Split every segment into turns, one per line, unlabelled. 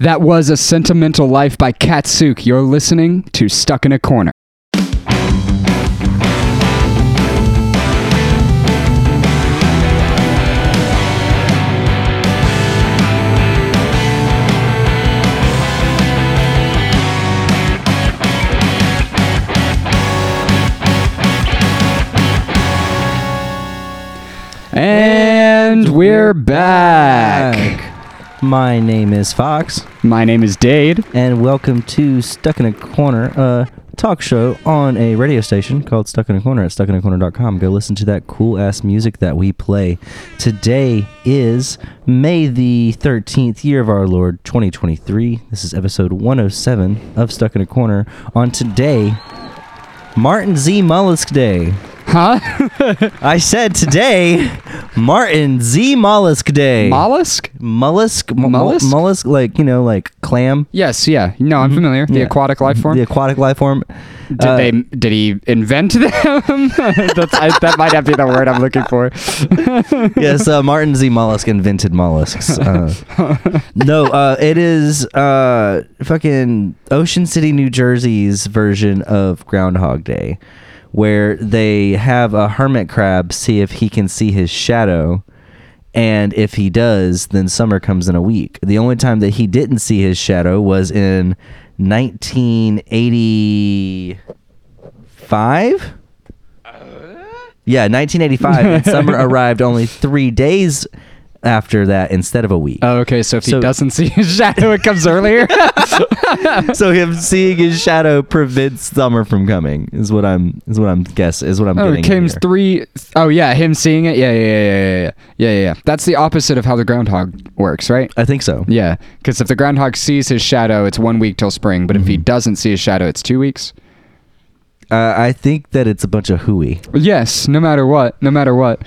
That was A Sentimental Life by Katsuk. You're listening to Stuck in a Corner. And we're back.
My name is Fox,
My name is Dade.
and welcome to Stuck in a Corner, a talk show on a radio station called Stuck in a Corner at stuckinacorner.com. Go listen to that cool ass music that we play. Today is May the 13th, year of our Lord 2023. This is episode 107 of Stuck in a Corner. On today, Martin Z. Mollusk Day.
Huh?
I said today, Martin Z. Mollusk Day.
Mollusk?
mollusk, mo-
Mollusk?
mo- mollusk, like you know, like clam,
Yes, yeah. No, I'm familiar. The
Mm-hmm. Yeah. Mm-hmm.
aquatic life form.
the aquatic life form.
Did
Uh,
they? Did he invent them? That's, I, that might not be the word I'm looking for.
yes, uh, Martin Z. Mollusk invented mollusks. Uh, no, uh, it is uh, fucking Ocean City, New Jersey's version of Groundhog Day, where they have a hermit crab see if he can see his shadow. And if he does, then summer comes in a week. The only time that he didn't see his shadow was in 1985. Yeah, 1985. and summer arrived only three days after that instead of a week.
Oh, okay, so if he
So-
doesn't see his shadow, it comes earlier.
so him seeing his shadow prevents summer from coming. Is what I'm. Is what I'm guess. Is what I'm
oh,
getting.
it came
here.
three oh yeah, him seeing it. Yeah, yeah, yeah, yeah, yeah, yeah, yeah, yeah. That's the opposite of how the groundhog works, right?
I think so.
Yeah, because if the groundhog sees his shadow, it's one week till spring. But
Mm-hmm.
if he doesn't see his shadow, it's two weeks.
Uh, I think that it's a bunch of hooey.
Yes, no matter what, no matter what.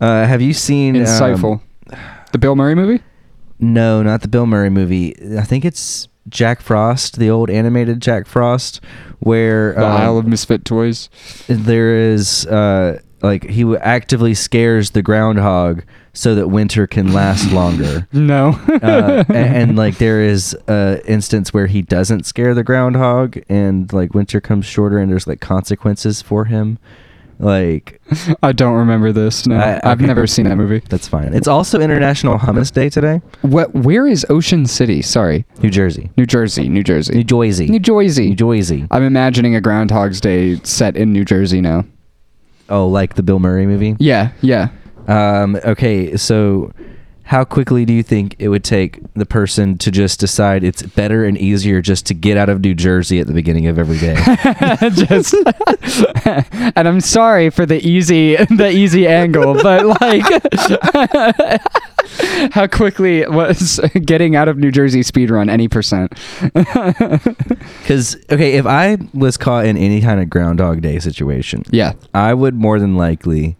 Uh, have you seen um,
Insightful. the Bill Murray movie.
no, not the Bill Murray movie. I think it's Jack Frost, the old animated Jack Frost, where
The
um,
Isle of Misfit Toys.
there is uh like he w- actively scares the groundhog so that winter can last longer
No.
uh, a- and, like there is a instance where he doesn't scare the groundhog and like winter comes shorter and there's like consequences for him like
I don't remember this. No,
I-
I've
okay.
never seen that movie.
that's fine it's also international hummus day today
What? Where is Ocean City? Sorry,
new jersey
New Jersey, New Jersey,
new jersey
New Jersey.
new jersey
I'm imagining a Groundhog's Day set in New Jersey now.
oh like the bill murray movie
Yeah, yeah.
Um, okay, so how quickly do you think it would take the person to just decide it's better and easier just to get out of New Jersey at the beginning of every day?
Just, and I'm sorry for the easy, the easy angle, but like, how quickly was getting out of New Jersey speedrun any percent?
Because, okay, if I was caught in any kind of Groundhog Day situation,
Yeah,
I would more than likely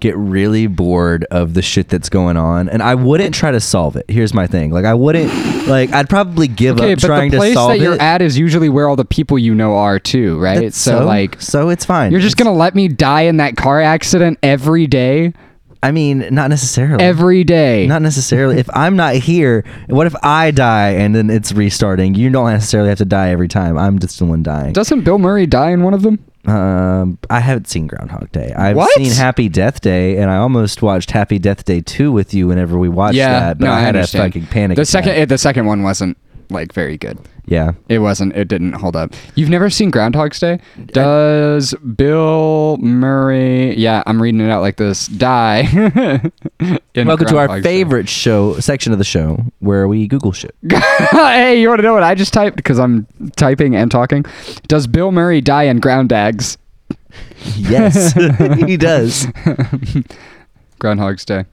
get really bored of the shit that's going on and I wouldn't try to solve it. Here's my thing. Like I wouldn't like I'd probably give
okay,
up
but
trying
the place
to solve
that
it.
you're at is usually where all the people you know are too, right?
That's
so like,
so it's fine.
You're just
It's-
gonna let me die in that car accident every day,
I mean, not necessarily.
every day.
Not necessarily. if I'm not here, what if I die and then it's restarting? You don't necessarily have to die every time. I'm just the one dying.
Doesn't Bill Murray die in one of them?
Um, I haven't seen Groundhog Day. I've
What?
seen Happy Death Day, and I almost watched Happy Death Day two with you whenever we watched that. But I had
understand.
a fucking panic.
The
attack.
second, eh, the second one wasn't like very good.
yeah.
It wasn't. It didn't hold up. You've never seen Groundhog's Day? Does Bill Murray? Yeah, I'm reading it out like this. Die. in
Welcome to our
Groundhog's Day.
favorite show section of the show where we Google shit.
hey, you want to know what I just typed? Because I'm typing and talking. Does Bill Murray die in Groundhags?
Yes, he does.
Groundhog's Day.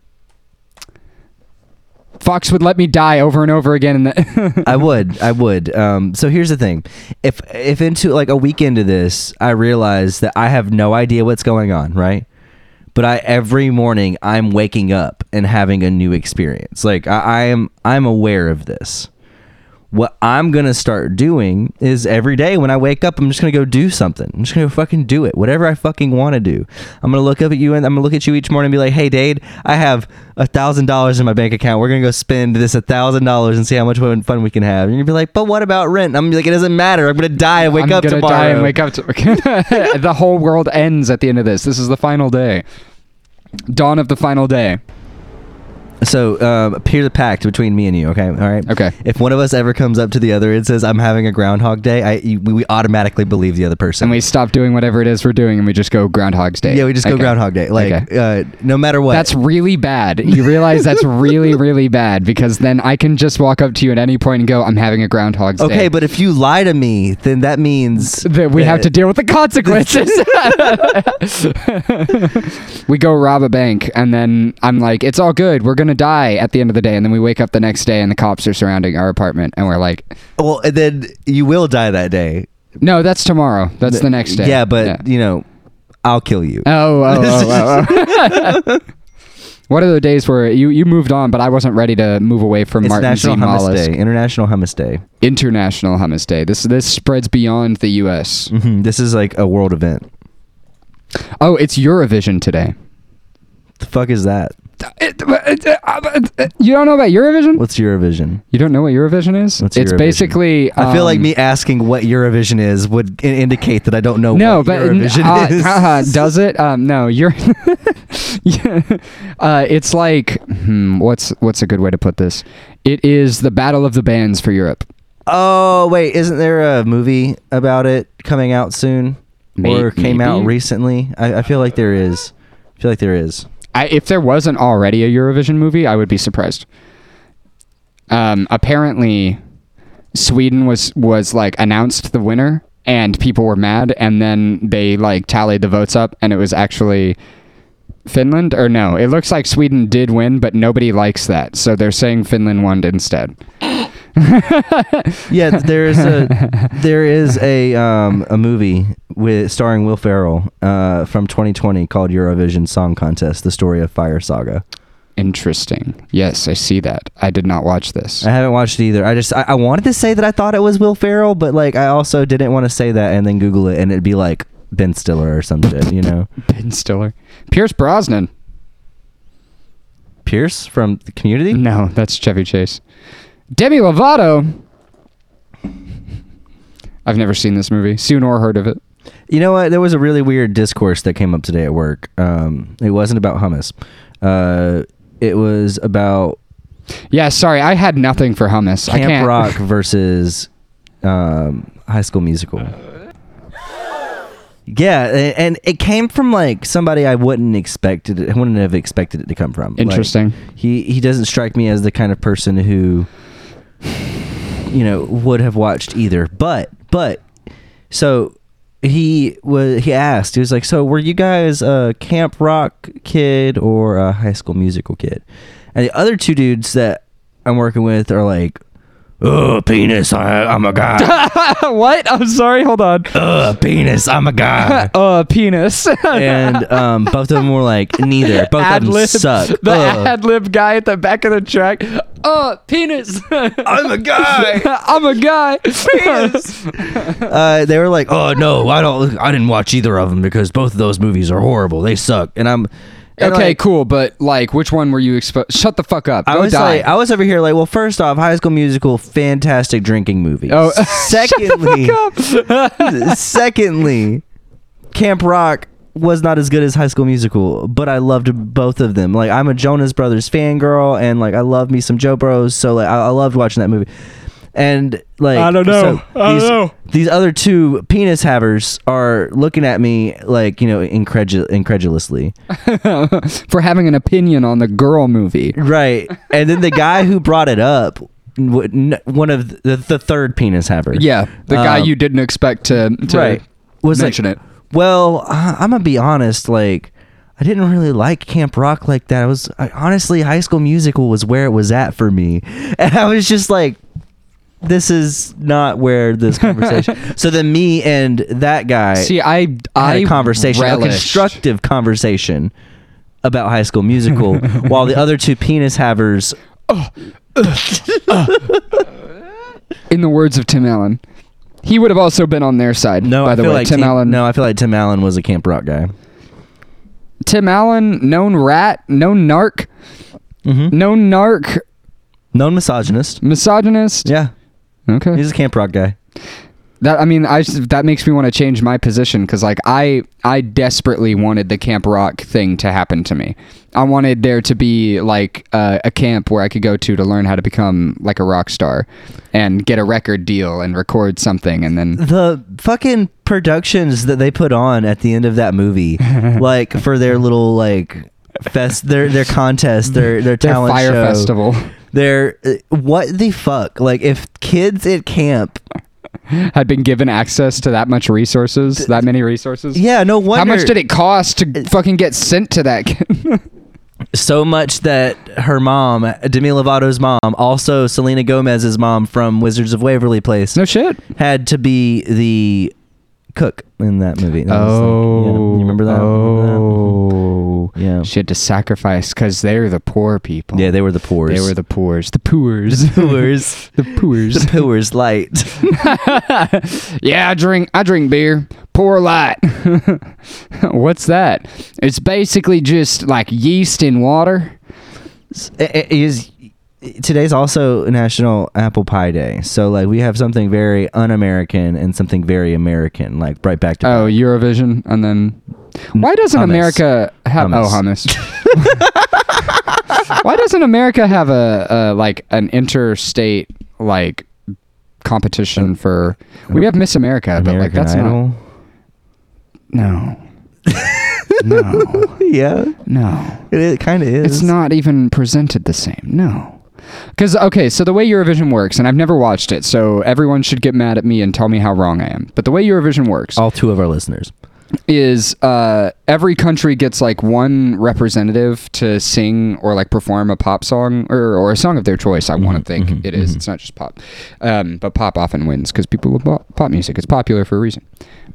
Fox would let me die over and over again. In the
I would, I would. Um, so here's the thing: if if into like a week into this, I realize that I have no idea what's going on, right? But I every morning I'm waking up and having a new experience. Like I, I am, I'm aware of this. What I'm gonna start doing is every day when I wake up, I'm just gonna go do something. I'm just gonna fucking do it, whatever I fucking want to do. I'm gonna look up at you and I'm gonna look at you each morning and be like, "Hey, Dade, I have a thousand dollars in my bank account. We're gonna go spend this a thousand dollars and see how much fun fun we can have." And you'd be like, "But what about rent?" And I'm gonna be like, "It doesn't matter. I'm gonna die and wake
I'm
up
gonna
tomorrow."
die and wake up. To- the whole world ends at the end of this. This is the final day. Dawn of the final day.
So, um, peer the pact between me and you. Okay, all right.
Okay.
If one of us ever comes up to the other and says, "I'm having a Groundhog Day," I you- we, we automatically believe the other person.
And we stop doing whatever it is we're doing, and we just go Groundhog's Day.
yeah, we just go
Okay.
Groundhog Day. Like,
Okay.
uh, no matter what.
That's really bad. You realize that's really, really bad because then I can just walk up to you at any point and go, "I'm having a Groundhog's Day."
okay. But if you lie to me, then that means
that we have to deal with the consequences. we go rob a bank, and then I'm like, "It's all good. We're gonna die at the end of the day." And then we wake up the next day, and the cops are surrounding our apartment, and we're like,
Well, and then you will die that day.
"No, that's tomorrow. That's the next day."
Yeah, but you know, I'll kill you.
Oh, oh, oh, oh, oh. What are the days where you, you moved on, but I wasn't ready to move away from
it's
Martin
National
Z.
Hummus
Mollis.
Day. International Hummus Day.
International Hummus Day. This this spreads beyond the U.S.
hmm This is like a world event.
Oh, it's Eurovision today.
The fuck is that?
You don't know about Eurovision?
What's Eurovision?
You don't know what Eurovision is?
What's
it's
Eurovision?
basically.
I feel like
um,
me asking what Eurovision is would i- indicate that I don't know
No,
what
but
Eurovision
uh,
is.
haha, does it? Um, no, you're. Yeah. uh, it's like hmm, what's what's a good way to put this? It is the battle of the bands for Europe.
oh, wait, isn't there a movie about it coming out soon?
May-
or came out
maybe?
recently? I, I feel like there is. I feel like there is.
I, if there wasn't already a Eurovision movie, I would be surprised. Um, apparently, Sweden was was like announced the winner, and people were mad, and then they like tallied the votes up, and it was actually Finland. Or no, it looks like Sweden did win, but nobody likes that, so they're saying Finland won instead.
yeah, there is a there is a um, a movie with starring Will Ferrell uh, from 2020 called Eurovision Song Contest: The Story of Fire Saga.
Interesting. Yes, I see that. I did not watch this.
I haven't watched it either. I just I, I wanted to say that I thought it was Will Ferrell, but like I also didn't want to say that and then Google it and it'd be like Ben Stiller or some shit, you know?
Ben Stiller, Pierce Brosnan.
Pierce from the Community.
No, that's Chevy Chase. Demi Lovato. I've never seen this movie, seen or heard of it.
You know what? There was a really weird discourse that came up today at work. Um, it wasn't about hummus. Uh, it was about
Yeah, sorry, I had nothing for hummus. I
Camp
can't.
Rock versus um, High School Musical. Yeah, a- and it came from like somebody I wouldn't expected it, I wouldn't have expected it to come from. Like,
Interesting.
he he doesn't strike me as the kind of person who you know would have watched either. But but so he was he asked he was like so were you guys a camp rock kid or a high school musical kid and the other two dudes that i'm working with are like oh penis I, i'm a guy
what? I'm sorry. Hold on.
Ugh, penis i'm a guy
Uh, penis.
and um, both of them were like neither both of them
Ad-lib.
suck Oh.
The
Ugh.
ad lib guy at the back of the track. Uh, penis.
i'm a guy
I'm a guy.
uh, they were like, "Oh no, I don't. I didn't watch either of them because both of those movies are horrible. They suck." And I'm and
okay,
like,
cool, but like, which one were you exposed? Shut the fuck up.
I
Go
was
die.
like, I was over here like, well, first off, High School Musical, fantastic drinking movie.
Oh,
secondly, secondly, Camp Rock was not as good as High School Musical, but I loved both of them. Like, I'm a Jonas Brothers fangirl, and like, I love me some Joe Bros. So like, I, I loved watching that movie. And like,
I don't know.
so
I don't
these,
know.
These other two penis havers are looking at me like, you know, incredul- incredulously.
for having an opinion on the girl movie.
Right. And then the guy who brought it up, w- n- one of the, the third penis haver.
Yeah, the guy
Um,
you didn't expect to, to
right. Was like,
mention it.
Well, I- I'm gonna be honest. Like, I didn't really like Camp Rock like that. I was I, honestly, High School Musical was where it was at for me, and I was just like, this is not where this conversation. so then me and that guy
See, I
had
I
a conversation, a
relished-
constructive conversation about High School Musical, while the other two penis havers.
in the words of Tim Allen, he would have also been on their side.
No,
by
I
the
feel
way,
like
Tim Allen.
No, I feel like Tim Allen was a Camp Rock guy.
Tim Allen, known rat, known narc,
Mm-hmm.
known narc,
Known misogynist.
misogynist.
Yeah,
Okay.
he's a Camp Rock guy.
That I mean, I s- that makes me want to change my position because like I I desperately wanted the Camp Rock thing to happen to me. I wanted there to be like uh, a camp where I could go to to learn how to become like a rock star and get a record deal and record something and then
the fucking productions that they put on at the end of that movie, like for their little like fest, their their contest, their their
their
talent
fire
show,
festival
Their uh, what the fuck? Like if kids at camp,
had been given access to that much resources, that many resources.
yeah, no wonder
How much did it cost to fucking get sent to that?
So much that her mom, Demi Lovato's mom, also Selena Gomez's mom from Wizards of Waverly Place,
no shit.
had to be the cook in that movie. And I was like, yeah, you remember that? Remember
Oh.
that? Yeah.
She had to sacrifice because they're the poor people.
Yeah, they were the poor.
They were the poors. The poors.
poors.
the poors.
the poor's light.
yeah, I drink. I drink beer. Pour light. What's that? It's basically just like yeast in water.
it is today's also National Apple Pie Day, so like we have something very un-American and something very American, like right back to
Oh, Eurovision, and then why doesn't
hummus.
America have
Hummus.
oh hummus? why doesn't America have a, a like an interstate like competition for? We have Miss America, but like
American
that's
Idol.
not no. no,
yeah,
no.
it, it kind of is.
Oh. It's not even presented the same. No. Because, okay, so the way Eurovision works, and I've never watched it, so everyone should get mad at me and tell me how wrong I am. But the way Eurovision works
all two of our listeners.
is uh, every country gets like one representative to sing or like perform a pop song or, or a song of their choice, I want to think it is. It's not just pop. Um, but pop often wins because people love pop, pop music. It's popular for a reason.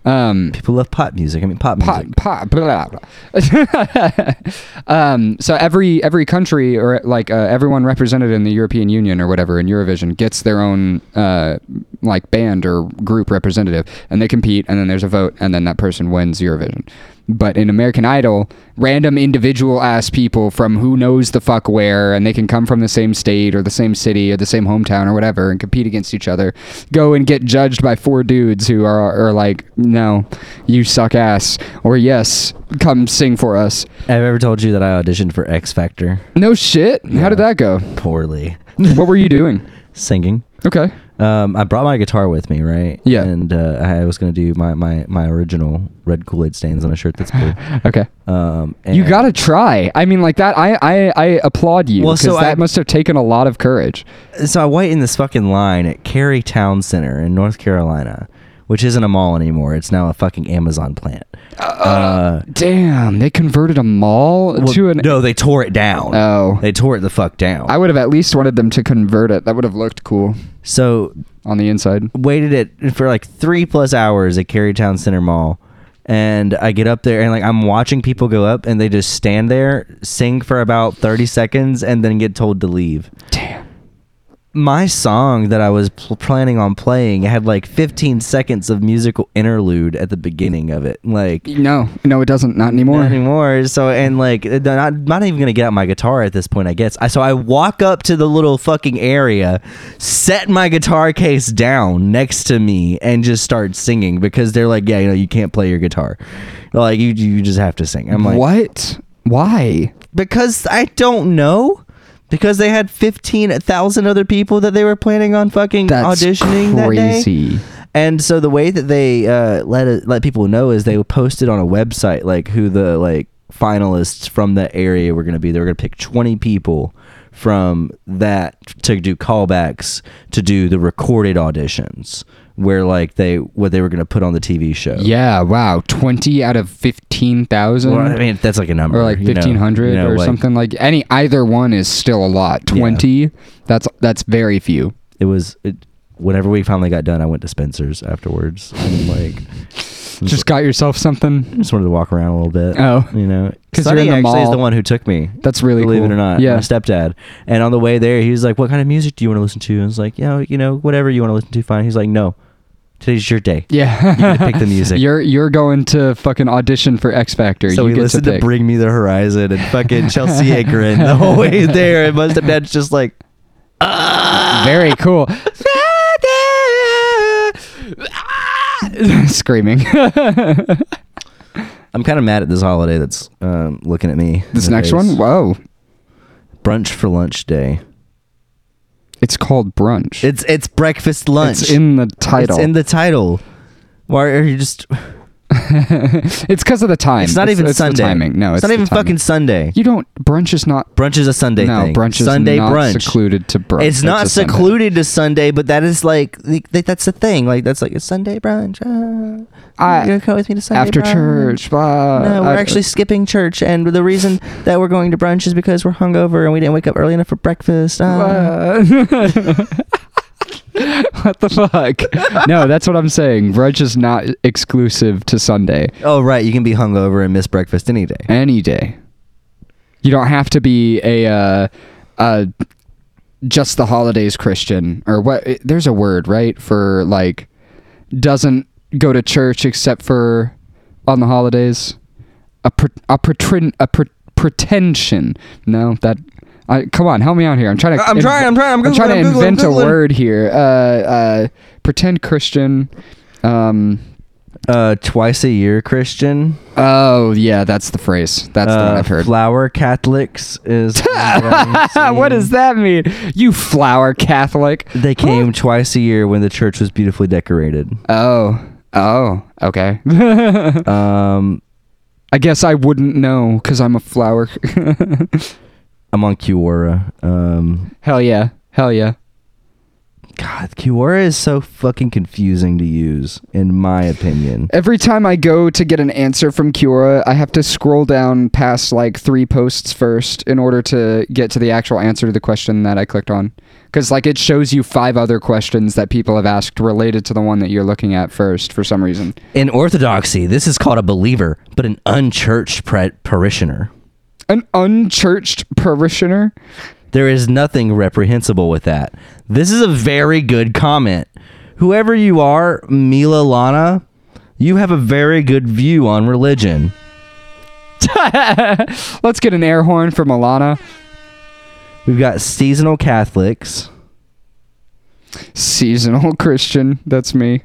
Um,
People love pop music. I mean, pop music.
pop, pop, blah, blah. um, so every every country or like uh, everyone represented in the European Union or whatever in Eurovision gets their own uh, like band or group representative, and they compete, and then there's a vote, and then that person wins Eurovision. But in American Idol, random individual ass people from who knows the fuck where, and they can come from the same state or the same city or the same hometown or whatever, and compete against each other, go and get judged by four dudes who are, are like, no, you suck ass, or yes, come sing for us.
I've ever told you that I auditioned for X Factor
No shit. How did that go?
poorly,
What were you doing?
singing.
Okay.
Um, I brought my guitar with me, right?
Yeah.
And uh, I was gonna do my my my original red Kool Aid stains on a shirt that's blue.
Okay.
Um,
You
and-
gotta try. I mean, like that. I I, I applaud you
Well,
because
so
that
I-
must have taken a lot of courage.
so I wait in this fucking line at Cary Town Center in North Carolina, which isn't a mall anymore. It's now a fucking Amazon plant. Uh,
Damn, they converted a mall
well,
to an.
no, they tore it down.
Oh.
They tore it the fuck down.
I would have at least wanted them to convert it. That would have looked cool
so
on the inside.
waited it for like three plus hours at Carytown Center Mall. And I get up there and like I'm watching people go up and they just stand there, sing for about 30 seconds, and then get told to leave.
Damn.
My song that I was pl- planning on playing had like 15 seconds of musical interlude at the beginning of it. Like,
No, no, it doesn't. Not anymore.
not anymore. So and like they're not not even gonna get out my guitar at this point, I guess. I so I walk up to the little fucking area, set my guitar case down next to me, and just start singing because they're like, yeah, you know, you can't play your guitar, like you you just have to sing. I'm like,
what? Why?
because I don't know. Because they had fifteen thousand other people that they were planning on fucking
That's
auditioning that day.
crazy.
And so the way that they uh, let it, let people know is they posted on a website like who the like finalists from that area were going to be. They were going to pick 20 people from that to do callbacks to do the recorded auditions where like they what they were going to put on the TV show.
Yeah. Wow. Twenty out of fifteen thousand.
Well, I mean that's like a number
or like
you know,
fifteen hundred
you know,
or
like,
something like any either one is still a lot. Twenty, that's that's very few.
It was it, whenever we finally got done, I went to Spencer's afterwards and like
Just got yourself
I
something.
just wanted to walk around a little bit.
Oh.
you know,
'Cause
Sonny
you're in the
actually is
mall.
the one who took me.
That's really
believe
cool.
it or not.
Yeah.
my stepdad. And on the way there, he was like, "What kind of music do you want to listen to?" And I was like, "You know, you know, whatever you want to listen to, fine." He's like, "No, today's your day."
Yeah.
You get to pick the music.
You're you're going to fucking audition for X Factor.
So
you
we
get
listened
to,
to,
pick.
Bring Me the Horizon and fucking Chelsea Agrin the whole way there. And my stepdad's just like,
Very cool. Ah! Screaming.
I'm kind of mad at this holiday that's um, looking at me. in
this
the
next
face.
one. Whoa.
Brunch for lunch day.
It's called brunch.
It's it's breakfast lunch.
It's in the title.
It's in the title. Why are you just?
It's because of the time.
It's not even
it's
Sunday.
The timing. No, it's,
not
the
even
timing.
fucking Sunday.
You don't. Brunch is not.
Brunch is a Sunday
no,
thing.
brunch is
Sunday
not
brunch.
secluded to brunch.
It's not
a Sunday.
secluded to Sunday, but that is like th- th- that's the thing. Like that's like a Sunday brunch. Uh,
I-
you gonna come with me to Sunday
After
brunch?
church. Blah.
No, we're
I-
actually skipping church, and the reason that we're going to brunch is because we're hungover and we didn't wake up early enough for breakfast. Uh,
what the fuck? No, that's what I'm saying. Brunch is not exclusive to Sunday.
oh right, you can be hungover and miss breakfast any day.
Any day. You don't have to be a uh, uh, just the holidays Christian or what? There's a word right for like doesn't go to church except for on the holidays. A pre- a pretend a pre- pretension. No, that. I, come on, help me out here. I'm trying to.
I'm trying, I'm trying, I'm
I'm trying to
Googling, I'm Googling,
invent
Googling.
a word here. Uh, uh, pretend Christian. Um,
Uh, twice a year Christian.
oh yeah, that's the phrase. That's the
Uh,
one I've heard.
Flower Catholics is. what I'm
what does
seeing.
that mean? You flower Catholic.
They came twice a year when the church was beautifully decorated.
Oh. Oh, okay.
Um,
I guess I wouldn't know because I'm a flower.
I'm on Kiora. Um,
Hell yeah. Hell yeah.
God, Kiora is so fucking confusing to use, in my opinion.
Every time I go to get an answer from Kiora, I have to scroll down past like three posts first in order to get to the actual answer to the question that I clicked on. Because like it shows you five other questions that people have asked related to the one that you're looking at first for some reason.
In Orthodoxy, this is called a believer, but an unchurched pre- parishioner.
An unchurched parishioner?
There is nothing reprehensible with that. This is a very good comment. Whoever you are, Mila Lana, you have a very good view on religion.
Let's get an air horn for Milana.
We've got seasonal Catholics.
Seasonal Christian. That's me.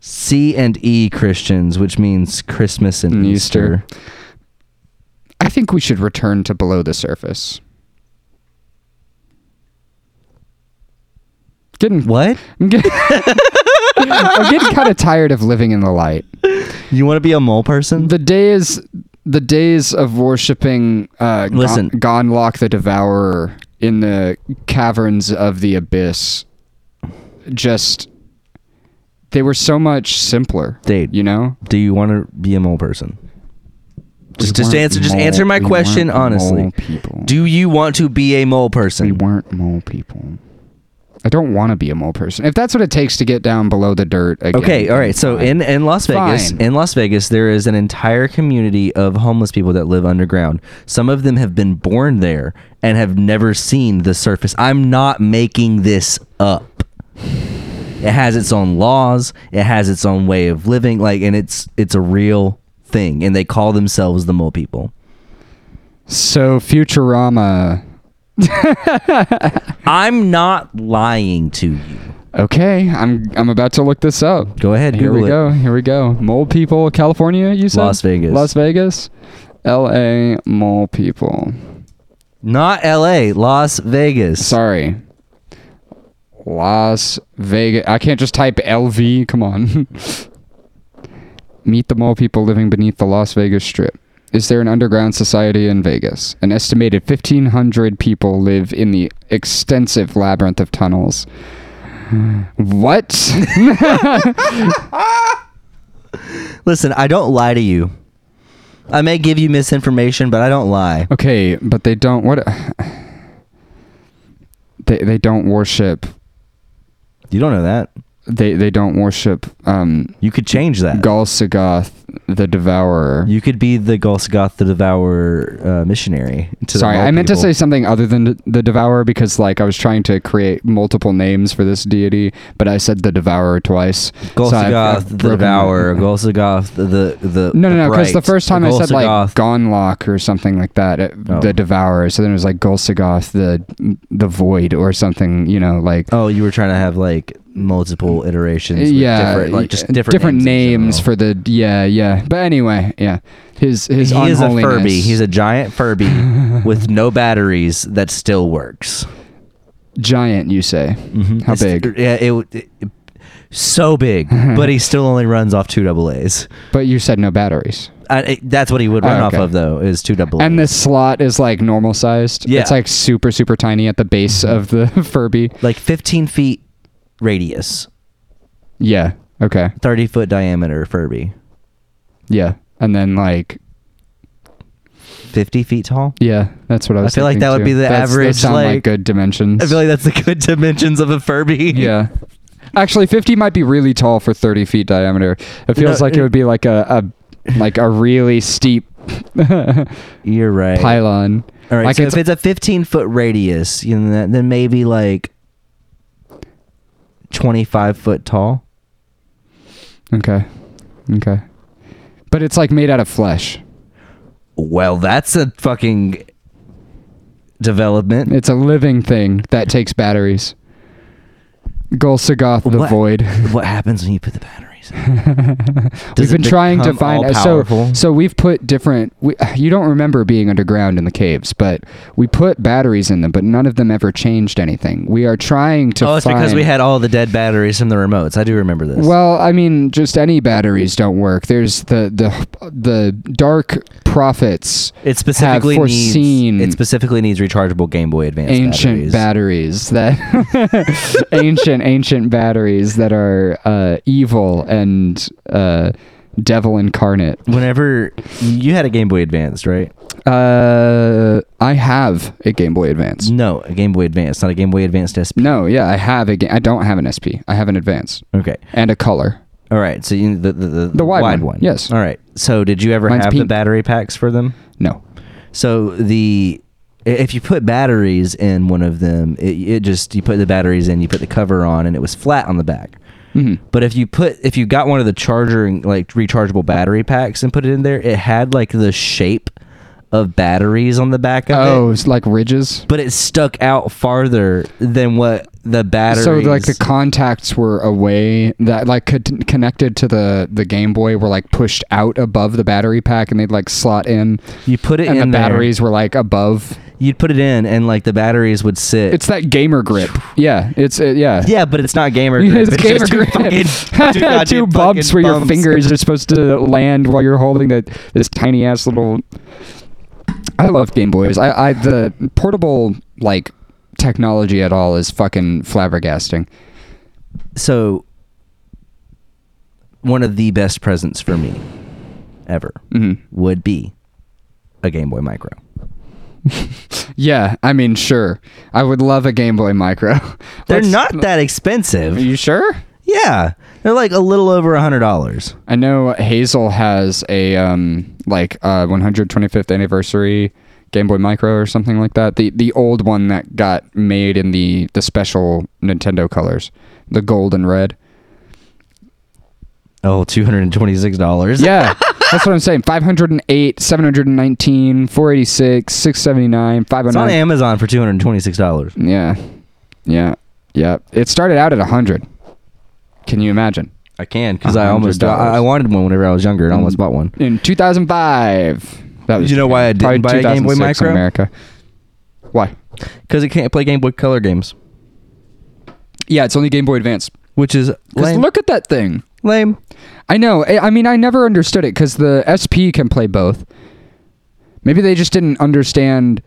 C and E Christians, which means Christmas and
And
Mm, Easter.
Easter. I think we should return to below the surface. Getting
What?
I'm getting, I'm getting kind of tired of living in the light.
You want to be a mole person?
The days, the days of worshiping, uh, Gon-
Listen.
Gonlok the Devourer in the caverns of the abyss. Just, they were so much simpler,
Dude.
You know,
Do you want to be a mole person? Just,
We
just
weren't
answer. Just
mole-
answer my
we
question
weren't
honestly.
mole people.
Do you want to be a mole
we
person?
weren't mole people. I don't want to be a mole person. If that's what it takes to get down below the dirt again.
Okay, all
then
right. So
fine.
in, in Las Vegas,
Fine.
in Las Vegas, there is an entire community of homeless people that live underground. Some of them have been born there and have never seen the surface. I'm not making this up. It has its own laws. It has its own way of living. Like, and it's it's a real thing. And they call themselves the mole people.
So Futurama.
I'm not lying to you.
Okay, I'm I'm about to look this up.
Go ahead.
Here we
Google
go.
it.
Here we go. Mole people, California. You said
Las Vegas.
Las Vegas, L.A. Mole people.
Not L.A. Las Vegas.
Sorry. Las Vegas. I can't just type LV. Come on. Meet the mole people living beneath the Las Vegas Strip. Is there an underground society in Vegas? An estimated 1,500 people live in the extensive labyrinth of tunnels. What?
Listen, I don't lie to you. I may give you misinformation, but I don't lie.
okay, but they don't. What? They, they don't worship
You don't know that.
they they don't worship um
You could change that.
Gul Sagoth the Devourer.
You could be the Golsagoth the Devourer uh, missionary. To the
Sorry,
Maul
I meant
people.
to say something other than the Devourer because like I was trying to create multiple names for this deity, but I said the Devourer twice. So I've-
Golsagoth
I've
the
broken-
Devourer, Golsagoth the the, the
No, no, no. Because
Because
the first time I said like Gonlock or something like that, it,
Oh.
the Devourer. So then it was like Golsagoth, the the Void, or something. You know, like
oh, you were trying to have like multiple iterations. With
yeah,
different, like just
y-
different
different names,
names in
for the yeah, yeah. But anyway, yeah. His his
general. He is a
unholiness.
Furby. He's a giant Furby with no batteries that still works.
giant. You say Mm-hmm. how
Mm-hmm. It's-
big?
Yeah, it, it, so big, but he still only runs off two double A's.
But you said no batteries.
I, it, that's what he would
Oh,
run
okay.
off of though is two double
And
A's.
this slot is like normal sized.
Yeah. Mm-hmm.
It's like super, super tiny at the base of the Furby.
like 15 feet radius,
Yeah. Okay.
30 foot diameter Furby,
Yeah. And then like
50 feet tall.
yeah, that's what I was.
feel like
thinking,
that would
too.
be the
That's- that
average,
sound
like-
good dimensions.
I feel like that's the good dimensions of a Furby.
yeah. Actually, fifty might be really tall for thirty feet diameter. It feels
No,
like it,
it-
would be like a, a like a really steep
You're right.
pylon.
All right.
like
so
it's-
if it's a 15 foot radius, you know, that- then maybe like 25 foot tall.
Okay. Okay. But it's like made out of flesh.
Well, that's a fucking development.
It's a living thing that takes batteries. Golsagoth the
What-
Void.
What happens when you put the batteries? in?
we've
Does it
been trying to
become
find uh, so
all-powerful?
so we've put different we, you don't remember being underground in the caves but we put batteries in them but none of them ever changed anything we are trying to
oh, it's
find,
because we had all the dead batteries from the remotes. I do remember this.
well i mean just any batteries don't work there's the the the dark prophets
it specifically
have foreseen-
needs it specifically needs rechargeable Game Boy Advance
ancient
batteries.
batteries, that ancient ancient batteries that are uh, evil and uh, devil incarnate
Whenever you had a Game Boy Advance, right?
uh, i have a game boy advance
No, a Game Boy Advance, not a Game Boy Advanced SP.
No, yeah, I have a game. I don't have an SP. I have an advance
Okay.
and a color.
All right. So you, the, the, the,
The wide one, yes.
All right. So did you ever
Mine's
have the
pink.
battery packs for them?
No.
So the i- if you put batteries in one of them, it, it just you put the batteries in, you put the cover on, and it was flat on the back.
hmm
But if you put if you got one of the charger and like rechargeable battery packs and put it in there, it had like the shape of batteries on the back of
Oh,
it.
it's like ridges.
But it stuck out farther than what the batteries.
So like the contacts were away that like could connected to the the Game Boy were like pushed out above the battery pack and they'd like slot in
you put it
and the
in there,
batteries were like above.
You'd put it in and like the batteries would sit.
It's that gamer grip. Yeah, it's uh, yeah.
yeah, but it's not gamer.
Yeah,
grip.
It's gamer
just two
grip.
fucking- goddamn
two bumps
fucking
where your
bumps.
fingers are supposed to land while you're holding that this tiny ass little. I love Game Boys. I, I the portable like technology at all is fucking flabbergasting.
So one of the best presents for me ever
hmm
would be a Game Boy Micro.
Yeah, I mean, sure. I would love a Game Boy Micro.
They're
Let's-
not that expensive.
Are you sure?
Yeah, they're like a little over a hundred dollars.
I know Hazel has a um like uh 125th anniversary Game Boy Micro or something like that. The the old one that got made in the the special Nintendo colors, the gold and red.
Oh, two hundred and twenty-six dollars.
Yeah. That's what I'm saying. 508, 719, 486, 679,
it's on
509.
Amazon for two hundred and twenty-six dollars.
Yeah. Yeah. Yeah. It started out at 100. Can you imagine?
I can because I almost
$100.
I, I wanted one whenever I was younger and almost
Mm.
bought one.
In 2005. That was
You know why I didn't
probably
buy a Game Boy
2006 in
Micro?
America. Why?
Because it can't play Game Boy Color games,
Yeah, it's only Game Boy Advance.
which is
Because
lame.
look at that thing.
lame.
I know. I I mean, I never understood it because the SP can play both. Maybe they just didn't understand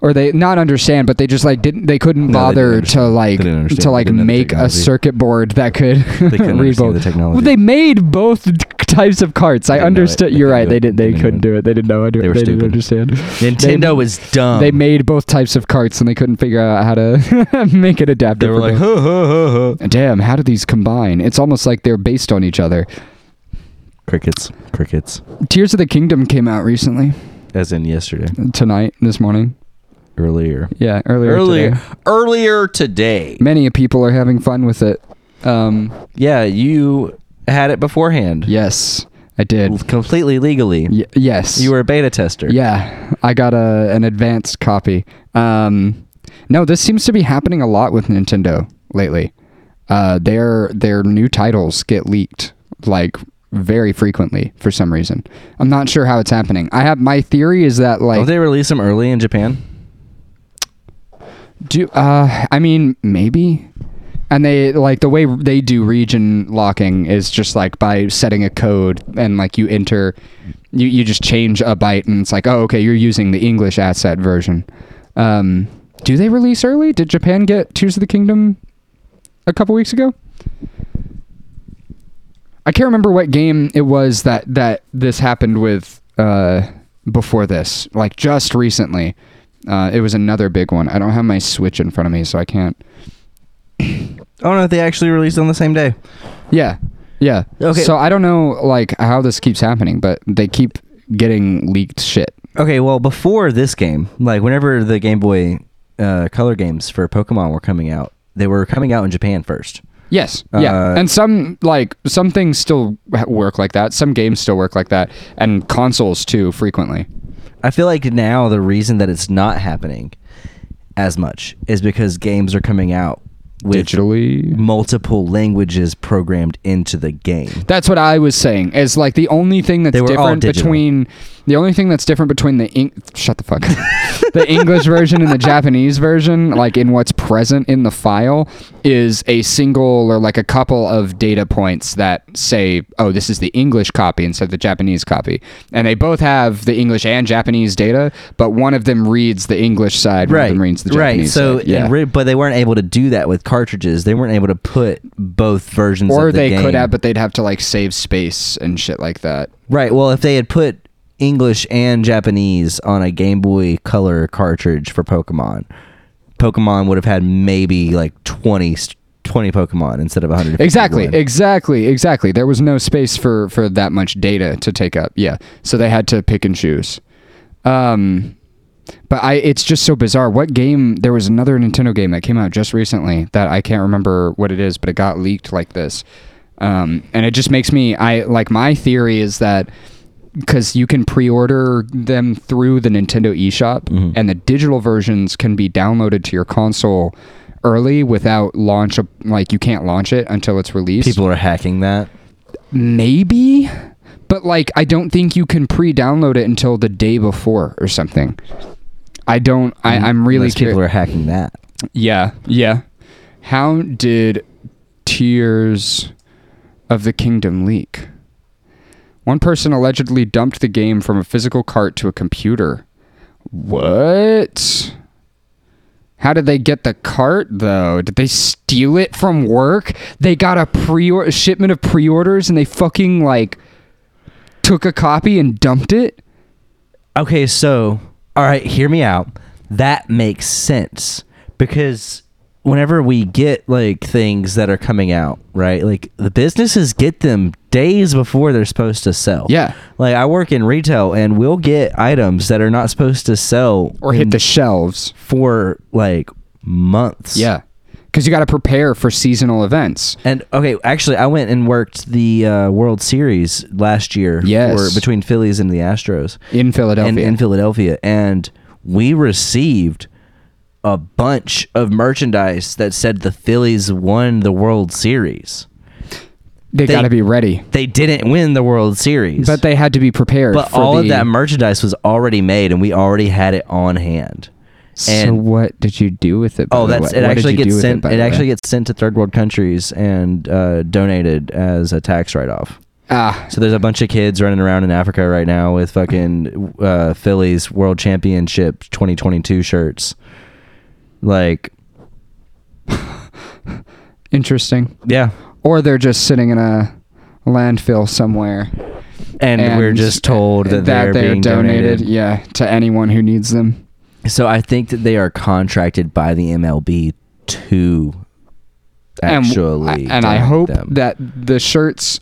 or they not understand, but they just like didn't they couldn't
No, they didn't
bother to
understand.
like
They didn't understand.
to
They
like
didn't know the
make a
technology.
circuit board that could
couldn't
read
understand
both.
the technology.
Well, they made both types of carts. I
didn't know it.
understood.
They
You're
couldn't
right.
do
They
it.
did.
They
They
didn't
couldn't
do
do it. They didn't know. They,
They were
they didn't
stupid.
understand.
Nintendo was dumb.
They made both types of carts and they couldn't figure out how to make it adaptive.
They were
for
like,
both.
huh, huh, huh, huh.
Damn, how do these combine? It's almost like they're based on each other.
crickets, crickets.
Tears of the Kingdom came out recently,
As in yesterday,
tonight, this morning.
earlier,
Yeah, earlier.
earlier,
today.
earlier today.
Many people are having fun with it. Um,
Yeah, you had it beforehand.
yes, I did.
completely legally.
Y- yes.
You were a beta tester.
Yeah, I got a an advanced copy. Um, no, this seems to be happening a lot with Nintendo lately. Uh, their their new titles get leaked like very frequently for some reason. I'm not sure how it's happening. I have my theory is that like
Don't Oh, they release them early in Japan?
do uh I mean maybe and they like the way they do region locking is just like by setting a code and like you enter you you just change a byte and it's like oh okay you're using the English asset version. Um do they release early? Did Japan get Tears of the Kingdom a couple weeks ago? I can't remember what game it was that that this happened with uh, before this, like just recently. Uh, it was another big one. I don't have my Switch in front of me, so I can't.
Oh no, they actually released on the same day.
Yeah, yeah.
Okay.
So I don't know like how this keeps happening, but they keep getting leaked shit.
Okay, well before this game, like whenever the Game Boy uh, Color games for Pokemon were coming out, they were coming out in Japan first.
Yes. Yeah.
Uh,
and some like some things still ha- work like that. Some games still work like that, and consoles too frequently.
I feel like now the reason that it's not happening as much is because games are coming out with
Digitally.
multiple languages programmed into the game.
That's what I was saying. Is like the only thing that's
They were all
different
digital.
between the only thing that's different between the Eng- shut the fuck up. the English version and the Japanese version, like in what's present in the file, is a single or like a couple of data points that say, "Oh, this is the English copy instead of the Japanese copy," and they both have the English and Japanese data, but one of them reads the English side, one of them reads the
right.
Japanese
So,
side. Yeah.
and re- but they weren't able to do that with cartridges. They weren't able to put both versions.
or
of the
they could
game.
have, but they'd have to like save space and shit like that.
Right. Well, if they had put English and Japanese on a Game Boy Color cartridge for Pokemon, Pokemon would have had maybe like 20, s- 20 Pokemon instead of 100.
Exactly, exactly, exactly. There was no space for for that much data to take up. Yeah, so they had to pick and choose. Um, but I, it's just so bizarre. What game? There was another Nintendo game that came out just recently that I can't remember what it is, but it got leaked like this. Um, and it just makes me, I like my theory is that because you can pre-order them through the Nintendo eShop,
Mhm.
and the digital versions can be downloaded to your console early without launch. Like you can't launch it until it's released
People are hacking that.
maybe but like i don't think you can pre-download it until the day before or something i don't I, i'm really
Unless Mm, people
curi-
are hacking that.
yeah yeah how did tears of the kingdom leak one person allegedly dumped the game from a physical cart to a computer what how did they get the cart though? Did they steal it from work? They got a pre shipment of pre-orders and they fucking like took a copy and dumped it?
Okay, so all right, hear me out. That makes sense because whenever we get like things that are coming out, right? Like the businesses get them days before they're supposed to sell.
Yeah.
Like I work in retail and we'll get items that are not supposed to sell
Or
in-
hit the shelves.
for like months.
Yeah. Cuz you got to prepare for seasonal events.
And okay, actually, I went and worked the uh, World Series last year.
Yes.
for- between Phillies and the Astros.
In
in,
Philadelphia.
in Philadelphia, and we received a bunch of merchandise that said the Phillies won the World Series.
they
they-
got to be ready.
They didn't win the World Series,
But they had to be prepared
but
for
all of
the-
that merchandise was already made, and we already had it on hand.
so
and-
what did you do with it? by
Oh,
the
that's
way?
it.
What did
Actually
you do
gets
with
sent.
by
It
the way?
actually gets sent to third world countries and uh, donated as a tax write off.
Ah,
So there's a bunch of kids running around in Africa right now with fucking uh, Phillies World Championship 2022 shirts. Like,
interesting.
yeah,
Or they're just sitting in a landfill somewhere,
and, we're just told that, they're, being donated.
Yeah, to anyone who needs them.
So I think that they are contracted by the MLB to
And-
actually,
and I
donate
hope
them.
that the shirts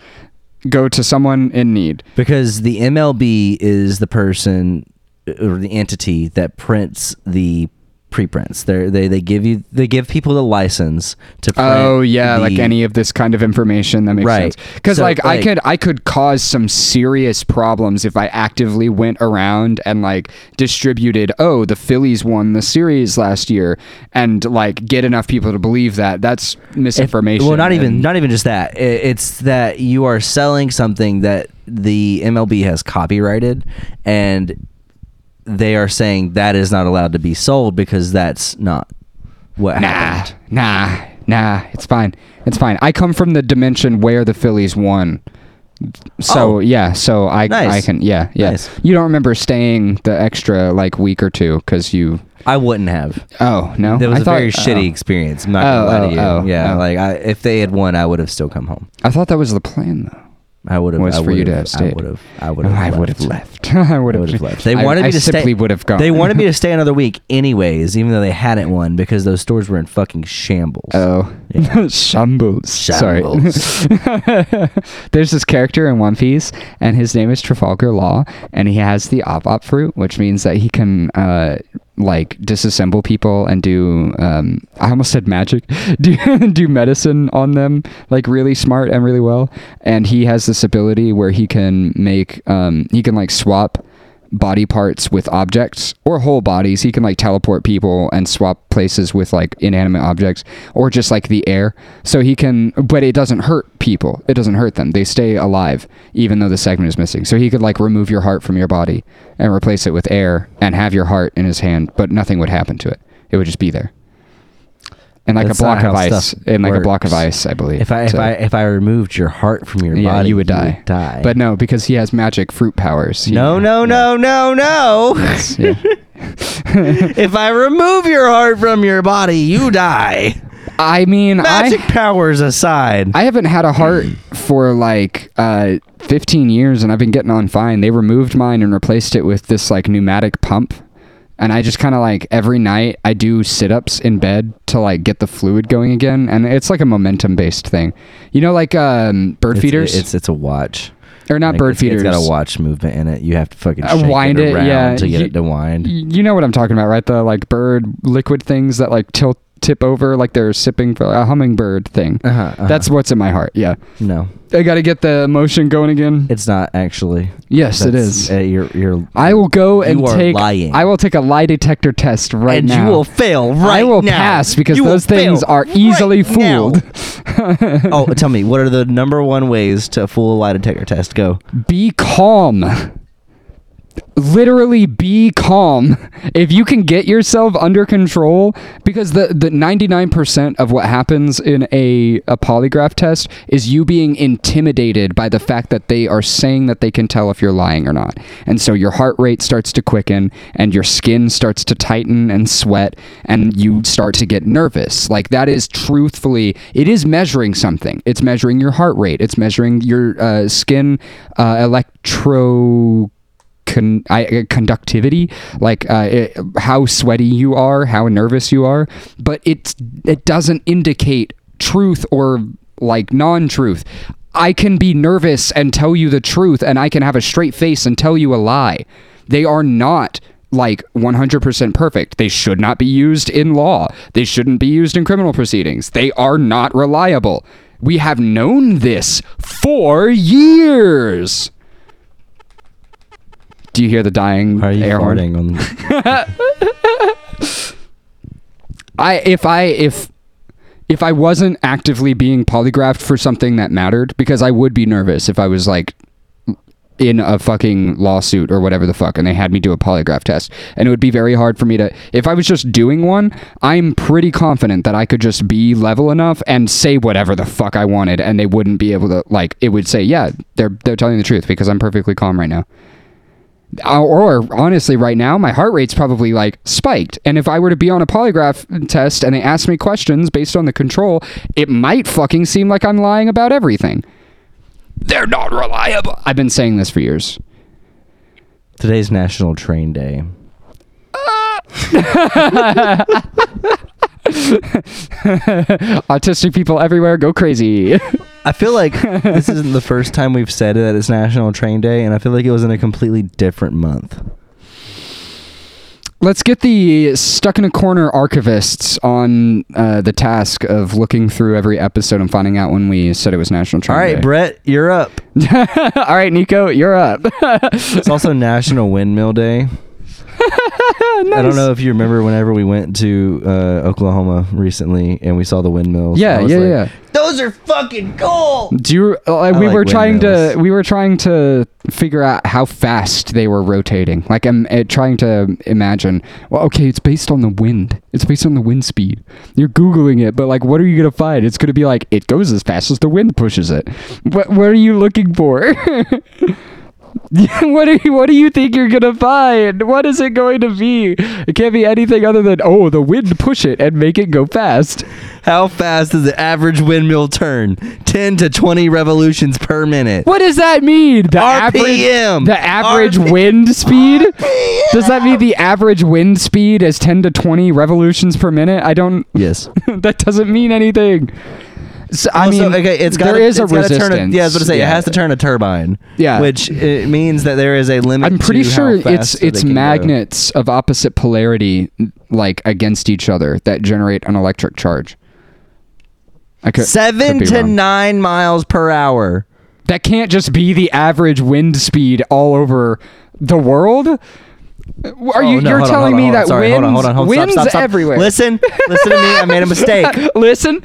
go to someone in need.
because the MLB is the person uh, or the entity that prints the preprints. They they they give you they give people the license to print
Oh yeah, like
the-
any of this kind of information that makes
Right.
sense. Because
So,
like, I
like-
could I could cause some serious problems if I actively went around and like distributed. Oh, the Phillies won the series last year, and like get enough people to believe that. That's misinformation.
Well, not even
and-
not even just that. I- It's that you are selling something that the MLB has copyrighted, and they are saying that is not allowed to be sold because that's not what
nah,
happened.
nah, nah. It's fine. It's fine. I come from the dimension where the Phillies won. So
Oh.
yeah, so I
Nice.
I can yeah yeah.
Nice.
You don't remember staying the extra like week or two because you
I wouldn't have.
Oh no,
That was
I
a very
oh.
shitty experience. I'm not
Oh,
gonna lie
oh,
to you.
oh,
yeah,
oh.
like I, if they had won, I would have still come home.
I thought that was the plan though.
I would have.
Was
I
for you to
would've-
have stayed.
I would have. I would have.
I would have left. I would
I
have
would've
left.
They wanted
I,
me
I
to stay.
simply would have gone.
They wanted me to stay another week, anyways, even though they hadn't won because those stores were in fucking shambles.
Oh,
Yeah.
shambles. Sorry.
Shambles.
There's this character in One Piece, and his name is Trafalgar Law, and he has the op op fruit, which means that he can uh, like disassemble people and do. Um, I almost said magic. Do do medicine on them, like really smart and really well. And he has this ability where he can make. Um, he can like swap body parts with objects or whole bodies. He can like teleport people and swap places with like inanimate objects or just like the air. So he can, but it doesn't hurt people. It doesn't hurt them. They stay alive even though the segment is missing. So he could like remove your heart from your body and replace it with air and have your heart in his hand, but nothing would happen to it. It would just be there. And like
That's
a block
not
of
how
ice,
stuff
and like a block of
works.
ice, I believe.
If I if
So-
I if I removed your heart from your
yeah,
body,
you would die.
die.
But no, because he has magic fruit powers. He-
no, no, no, no, no.
Yes, yeah.
if I remove your heart from your body, you die.
I mean,
Magic
I,
powers aside,
I haven't had a heart for like uh, 15 years, and I've been getting on fine. They removed mine and replaced it with this like pneumatic pump, and I just kind of like every night I do sit ups in bed to like get the fluid going again, and it's like a momentum based thing. You know, like um, bird
It's-
feeders
It's it's a watch.
or not
Like,
bird
it's-
feeders.
It's got a watch movement in it. You have to fucking
Uh,
shake
wind
it
it,
around
yeah.
to get
You-
it to wind.
you know what I'm talking about, right? The like bird liquid things that like tilt tip over like they're sipping for a hummingbird thing.
Uh-huh, uh-huh.
That's what's in my heart. Yeah.
no,
I got to get the motion going again.
it's not actually.
yes, it
That's-
is.
Uh, you're you're
I will go and
You are
take.
lying.
I will take a lie detector test right
and
now.
you will fail right
I will
now.
pass because
You will
those things
fail
are easily
right now.
fooled.
oh, tell me, what are the number one ways to fool a lie detector test? Go.
Be calm. Literally, be calm. If you can get yourself under control, because the the ninety nine percent of what happens in a a polygraph test is you being intimidated by the fact that they are saying that they can tell if you're lying or not, and so your heart rate starts to quicken and your skin starts to tighten and sweat, and you start to get nervous. Like that is truthfully, it is measuring something. It's measuring your heart rate. It's measuring your uh, skin uh, electro con- I, uh, conductivity, like uh, it, how sweaty you are, how nervous you are, but it's it doesn't indicate truth or like non-truth. I can be nervous and tell you the truth, and I can have a straight face and tell you a lie. They are not like 100% perfect. They should not be used in law. They shouldn't be used in criminal proceedings. They are not reliable. We have known this for years. Do you hear the dying
Are you
air horn?
farting on?
I if I if if I wasn't actively being polygraphed for something that mattered, because I would be nervous if I was like in a fucking lawsuit or whatever the fuck, and they had me do a polygraph test. And it would be very hard for me to, if I was just doing one, I'm pretty confident that I could just be level enough and say whatever the fuck I wanted, and they wouldn't be able to, like, it would say, yeah, they're, they're telling the truth because I'm perfectly calm right now. Uh, Or honestly, right now, my heart rate's probably like spiked. And if I were to be on a polygraph test and they asked me questions based on the control, it might fucking seem like I'm lying about everything. They're not reliable. I've been saying this for years.
Today's National Train Day.
Autistic people everywhere go crazy.
I feel like this isn't the first time we've said that it's National Train Day, and I feel like it was in a completely different month.
Let's get the stuck in a corner archivists on uh, the task of looking through every episode and finding out when we said it was National Train
All right,
Day.
Brett, you're up.
All right, Nico, you're up.
It's also National Windmill Day. I don't know if you remember whenever we went to uh, Oklahoma recently and we saw the windmills.
Yeah,
I was
yeah,
like,
yeah.
Those are fucking cool.
Do you? Uh, we
like
were trying
windmills.
to we were trying to figure out how fast they were rotating. Like I'm uh, trying to imagine. Well, okay, it's based on the wind. It's based on the wind speed. You're googling it, but like, what are you gonna find? It's gonna be like it goes as fast as the wind pushes it. What What are you looking for? what are you, What do you think you're gonna find? What is it going to be? It can't be anything other than oh, the wind push it and make it go fast.
How fast does the average windmill turn? 10 to 20 revolutions per minute.
What does that mean? The average,
RPM.
the average
RPM.
wind speed. Does that mean the average wind speed is 10 to 20 revolutions per minute? I don't.
Yes.
that doesn't mean anything. So, I
Also,
mean,
okay, it's got
there is a
Turn a,
resistance.
yeah, I was going to say it has to turn a turbine.
Yeah.
which it means that there is a limit.
I'm pretty
to how
sure
fast
it's
that it
it's
can go.
magnets of opposite polarity like against each other that generate an electric charge. I could, could
Seven
be
to
wrong.
nine miles per hour.
That can't just be the average wind speed all over the world. Are
Oh,
you?
no,
you're
hold on,
telling
hold on,
me
hold on,
that
sorry,
winds,
hold on, hold on, hold on, stop,
winds
stop, stop.
everywhere.
Listen, listen to me. I made a mistake.
Listen.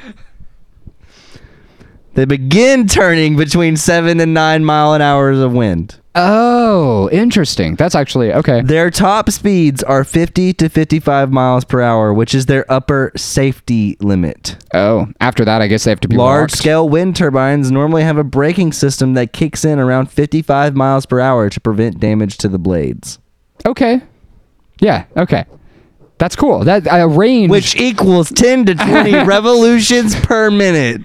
They begin turning between seven and nine mile an hours of wind.
Oh, interesting. That's actually okay.
Their top speeds are 50 to 55 miles per hour, which is their upper safety limit.
Oh, after that, I guess they have to be
Large
locked.
scale wind turbines normally have a braking system that kicks in around 55 miles per hour to prevent damage to the blades,
Okay. Yeah. Okay. That's cool. That a range.
which equals 10 to 20 revolutions per minute.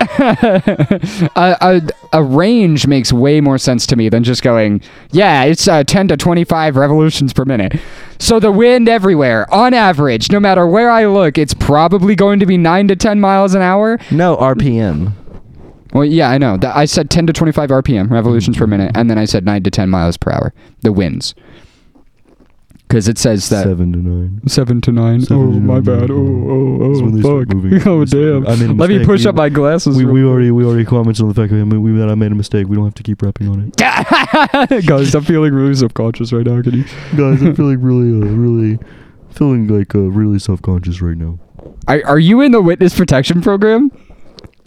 a, a, a range makes way more sense to me than just going, yeah, it's uh, 10 to 25 revolutions per minute. So the wind everywhere, on average, no matter where I look, it's probably going to be 9 to 10 miles an hour.
No, RPM.
Well, yeah, I know. Th- I said 10 to 25 RPM, revolutions per minute, and then I said 9 to 10 miles per hour, the winds. Because it says that.
to 9.
Seven to nine.
Seven
oh
to
my
nine.
bad. Oh oh
That's when
oh
they start
fuck.
moving.
Oh
That's when-
damn.
I made a
Let me
mistake.
push
We-
up my glasses. real
already we already commented on the fact that I made, we, that I made a mistake. We don't have to keep rapping on it.
Guys, I'm feeling really subconscious right now. Can you?
Guys, I'm feeling really, uh, really, feeling like uh, really self-conscious right now.
Are, are you in the witness protection program?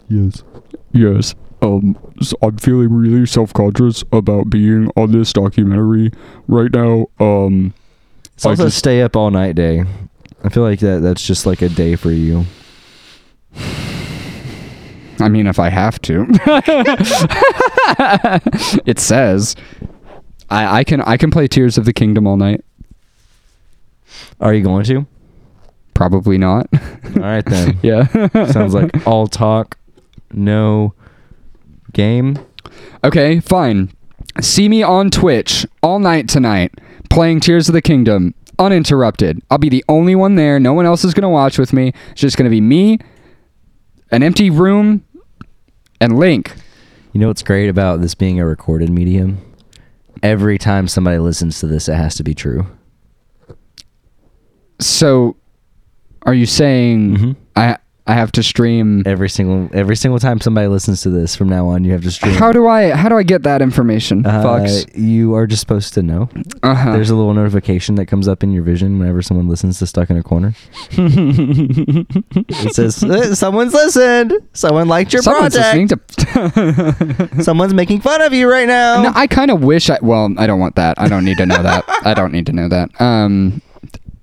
Yes.
Yes. Um, so I'm feeling really self-conscious about being on this documentary right now. Um,
It's also
I just-
stay up all night day. I feel like that that's just like a day for you.
I mean, if I have to. it says, I, I can I can play Tears of the Kingdom all night.
Are you going to?
Probably not.
All right then.
yeah.
Sounds like all talk, no game.
Okay, fine. See me on Twitch all night tonight playing Tears of the Kingdom uninterrupted. I'll be the only one there. No one else is going to watch with me. It's just going to be me, an empty room, and Link.
You know what's great about this being a recorded medium? Every time somebody listens to this, it has to be true.
So are you saying
Mhm.
I I have to stream.
Every single every single time somebody listens to this from now on, you have to stream.
How do I how do I get that information,
Uh,
Fox?
You are just supposed to know.
Uh-huh.
There's a little notification that comes up in your vision whenever someone listens to Stuck in a Corner. It says, "Eh, "Someone's listened. Someone liked your
Someone's listening
project.
to.
Someone's making fun of you right now."
No, I kind of wish I. Well, I don't want that. I don't need to know that. I don't need to know that. Um,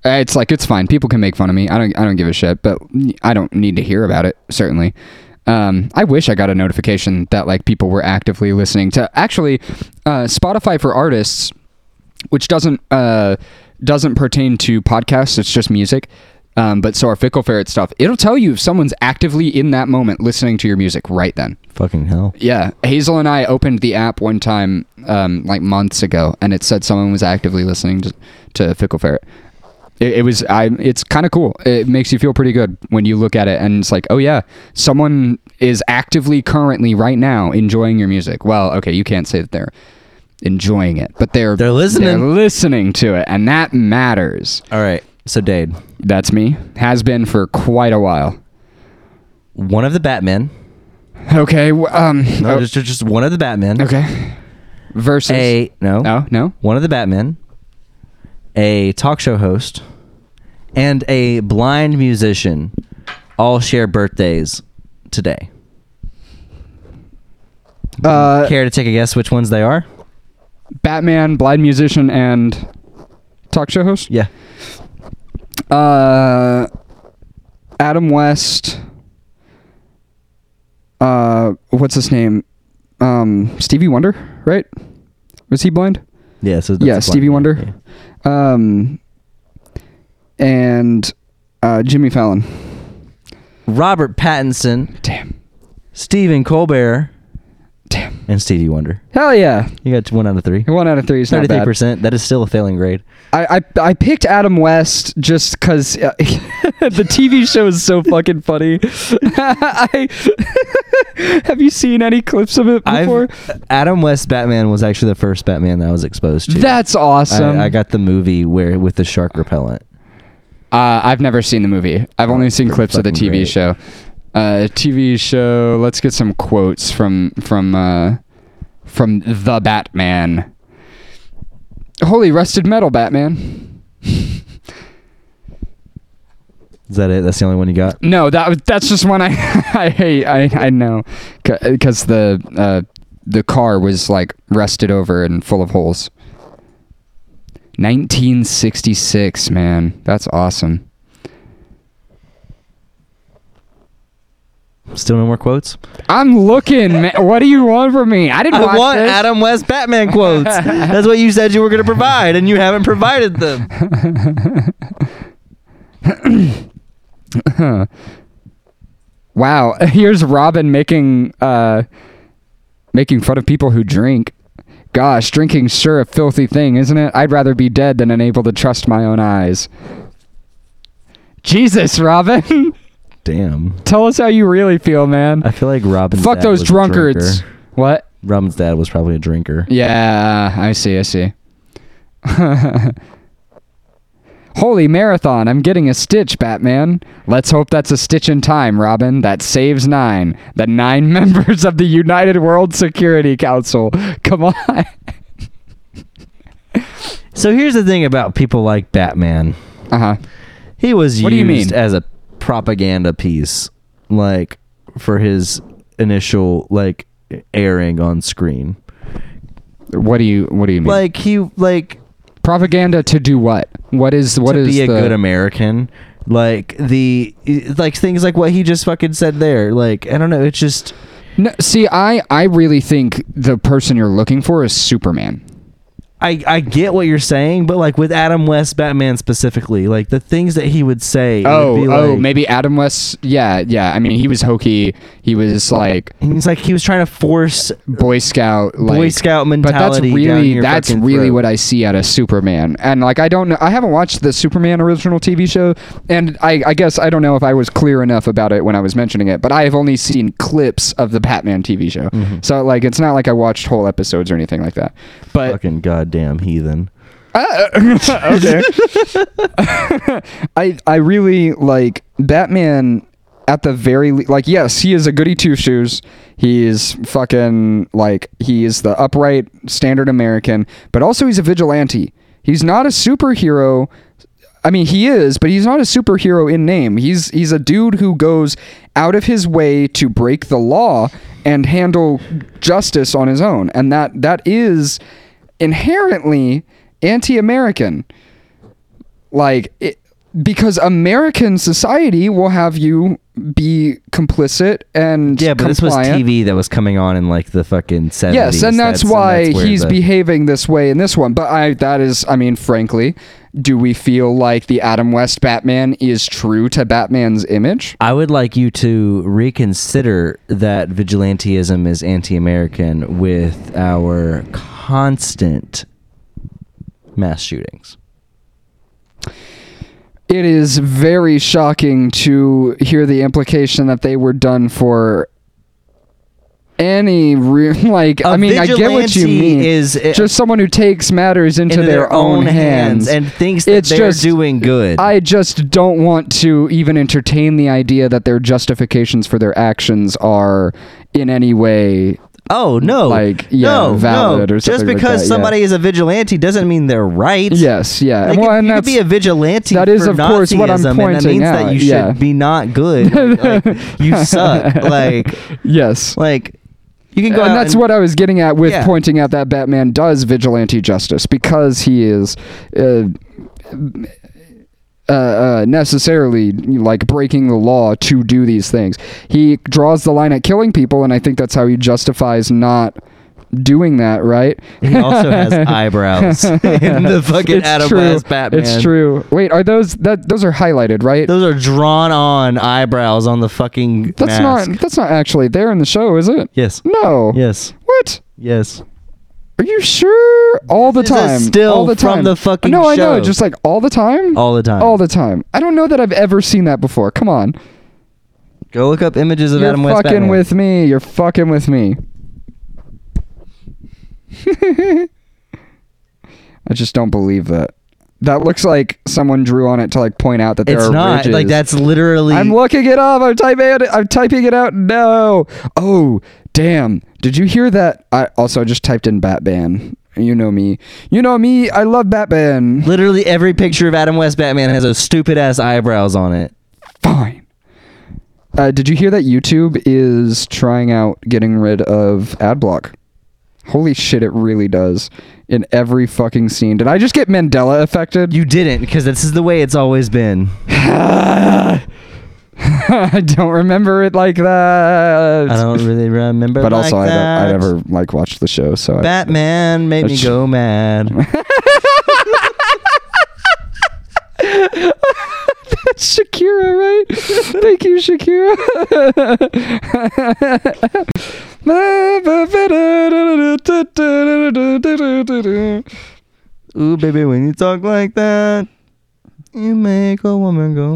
it's like it's fine. People can make fun of me. I don't. I don't give a shit. But I don't need to hear about it. Certainly. Um, I wish I got a notification that like people were actively listening to. Actually, uh, Spotify for artists, which doesn't uh doesn't pertain to podcasts. It's just music. Um, but so our fickle ferret stuff, it'll tell you if someone's actively in that moment listening to your music right then.
Fucking hell.
Yeah, Hazel and I opened the app one time, um, like months ago, and it said someone was actively listening to, to Fickle Ferret. It, it was I. It's kind of cool. It makes you feel pretty good when you look at it, and it's like, oh yeah, someone is actively, currently, right now, enjoying your music. Well, okay, you can't say that they're enjoying it, but they're
They're listening.
They're listening to it, and that matters.
All right. So Dade,
That's me. Has been for quite a while.
one of the Batmen.
Okay. w- Um.
No,
oh,
just just just one of the Batmen.
okay. Oh, Versus.
A no.
No. No.
One of the Batmen. A talk show host. And a blind musician all share birthdays today.
Uh,
Care to take a guess which ones they are?
Batman, blind musician, and talk show host.
Yeah.
Uh, Adam West. Uh, what's his name? Um, Stevie Wonder, right? Was he blind?
Yeah, so that's
yeah,
a blind
Stevie
man,
Wonder. Um, and uh, Jimmy Fallon.
yeah. Robert Pattinson,
Damn,
Stephen Colbert,
damn.
and Stevie Wonder.
Hell yeah!
You got one out of three.
One out of three is not
Thirty-three
bad.
percent. That is still a failing grade.
I, I, I picked Adam West just because uh, the TV show is so fucking funny. I, have you seen any clips of it before?
I've, Adam West Batman was actually the first Batman that I was exposed to.
That's awesome.
I, I got the movie where with the shark repellent.
Uh, I've never seen the movie. I've only seen
Pretty
clips of the
fucking
TV
great.
show. Uh, TV show. Let's get some quotes from from uh, from the Batman. Holy rusted metal, Batman.
Is that it? That's the only one you got.
No, that was- that's just one I I hate. I I know because the uh, the car was like rusted over and full of holes. 1966, man, that's awesome.
Still no more quotes.
I'm looking. man. What do you want from me? I didn't
I
watch
want
this.
Adam West Batman quotes. That's what you said you were going to provide, and you haven't provided them.
Wow, here's Robin making uh, making fun of people who drink. Gosh, drinking's sure a filthy thing, isn't it? I'd rather be dead than unable to trust my own eyes. Jesus, Robin,
Damn.
tell us how you really feel, man.
I feel like Robin's
Fuck
dad
those
was a drinker.
drunkards. What?
Robin's dad was probably a drinker.
Yeah, I see, I see. Holy marathon, I'm getting a stitch, Batman. Let's hope that's a stitch in time, Robin. That saves nine. The nine members of the United World Security Council. Come on.
So here's the thing about people like Batman.
Uh huh.
He was
What do you
used
mean?
as a propaganda piece, like for his initial like airing on screen.
What do you What do you mean?
Like he like
propaganda to do what? What is What
to
is
be a
the
good American. Like the like things like what he just fucking said there. Like I don't know. It's just
No, see, I I really think the person you're looking for is Superman.
I I get what you're saying, but like with Adam West Batman specifically, like the things that he would say.
Oh,
would be
oh,
like-
maybe Adam West. Yeah, yeah. I mean, he was hokey. He
Uh,
was like
and It's like he was trying to force
Boy Scout, like,
Boy Scout
But that's
mentality.
really
down your
that's
fucking
really
throat.
what I see out of Superman. And like, I don't know. I haven't watched the Superman original TV show, and I, I guess I don't know if I was clear enough about it when I was mentioning it. But I have only seen clips of the Batman TV show,
Mm-hmm.
so like, it's not like I watched whole episodes or anything like that. But
fucking goddamn heathen.
okay. I I really like Batman at the very le- like yes, he is a goody two shoes. He's fucking like he is the upright standard American, but also he's a vigilante. He's not a superhero. I mean, he is, but he's not a superhero in name. He's he's a dude who goes out of his way to break the law and handle justice on his own, and that that is inherently anti-American like it, because American society will have you be complicit and
Yeah, but this was
compliant.
TV that was coming on in like the fucking 70s.
Yes, and that's, why
and that's where
he's
the-
behaving this way in this one. But I that is, I mean, frankly, do we feel like the Adam West Batman is true to Batman's image?
I would like you to reconsider that vigilantism is anti-American with our constant mass shootings.
It is very shocking to hear the implication that they were done for any real like I
A
mean I get what you
vigilante
mean
is- uh,
just someone who takes matters into,
Into
their, own hands,
and thinks that
It's
they're
just-
doing good.
I just don't want to even entertain the idea that their justifications for their actions are in any way
oh no,
like, yeah,
no,
valid
no.
or
just
something like
because
that, yeah.
somebody is a vigilante doesn't mean they're right.
yes, yeah.
They
well,
could-
and
you
that's
could be a vigilante.
that is,
for
of course, what I'm
Nazism, and that
pointing
means
out,
That you should
yeah.
be not good. Like, you suck. Like,
yes.
like you can go.
and
out
that's what I was getting at with
Um, Yeah.
pointing out that Batman does vigilante justice because he is uh, uh, uh, necessarily like breaking the law to do these things. He draws the line at killing people, and I think that's how he justifies not doing that. Right?
He also has eyebrows in the fucking Adam West Batman.
It's true. Wait, are those that those are highlighted? Right?
Those are drawn on eyebrows on the fucking
that's
mask.
not that's not actually there in the show, is it?
Yes.
No.
Yes.
What?
Yes.
Are you sure? All the
This is a
time.
still
all the
from
time.
the fucking
No, I
show.
know. Just like all the time.
All the time.
All the time. I don't know that I've ever seen that before. Come on.
Go look up images of
You're
Adam West
fucking
Batman.
with me. You're fucking with me. I just don't believe that. That looks like someone drew on it to like point out that there
it's
are
not
ridges.
like that's literally.
I'm looking it up. I'm typing it. I'm typing it out. No. Oh, damn. Did you hear that? I also I just typed in Batman. You know me. You know me. I love Batman.
literally every picture of Adam West Batman has those stupid ass eyebrows on it.
Fine. Uh, did you hear that YouTube is trying out getting rid of ad block? Holy shit! It really does in every fucking scene. Did I just get Mandela affected?
You didn't because this is the way it's always been.
I don't remember it like that.
I don't really remember.
but
like
also, I, don't, I
that.
never like watched the show, so I,
Batman made me
That's-
go mad.
Shakira, right? Thank you, Shakira.
Ooh, baby, when you talk like that, you make a woman go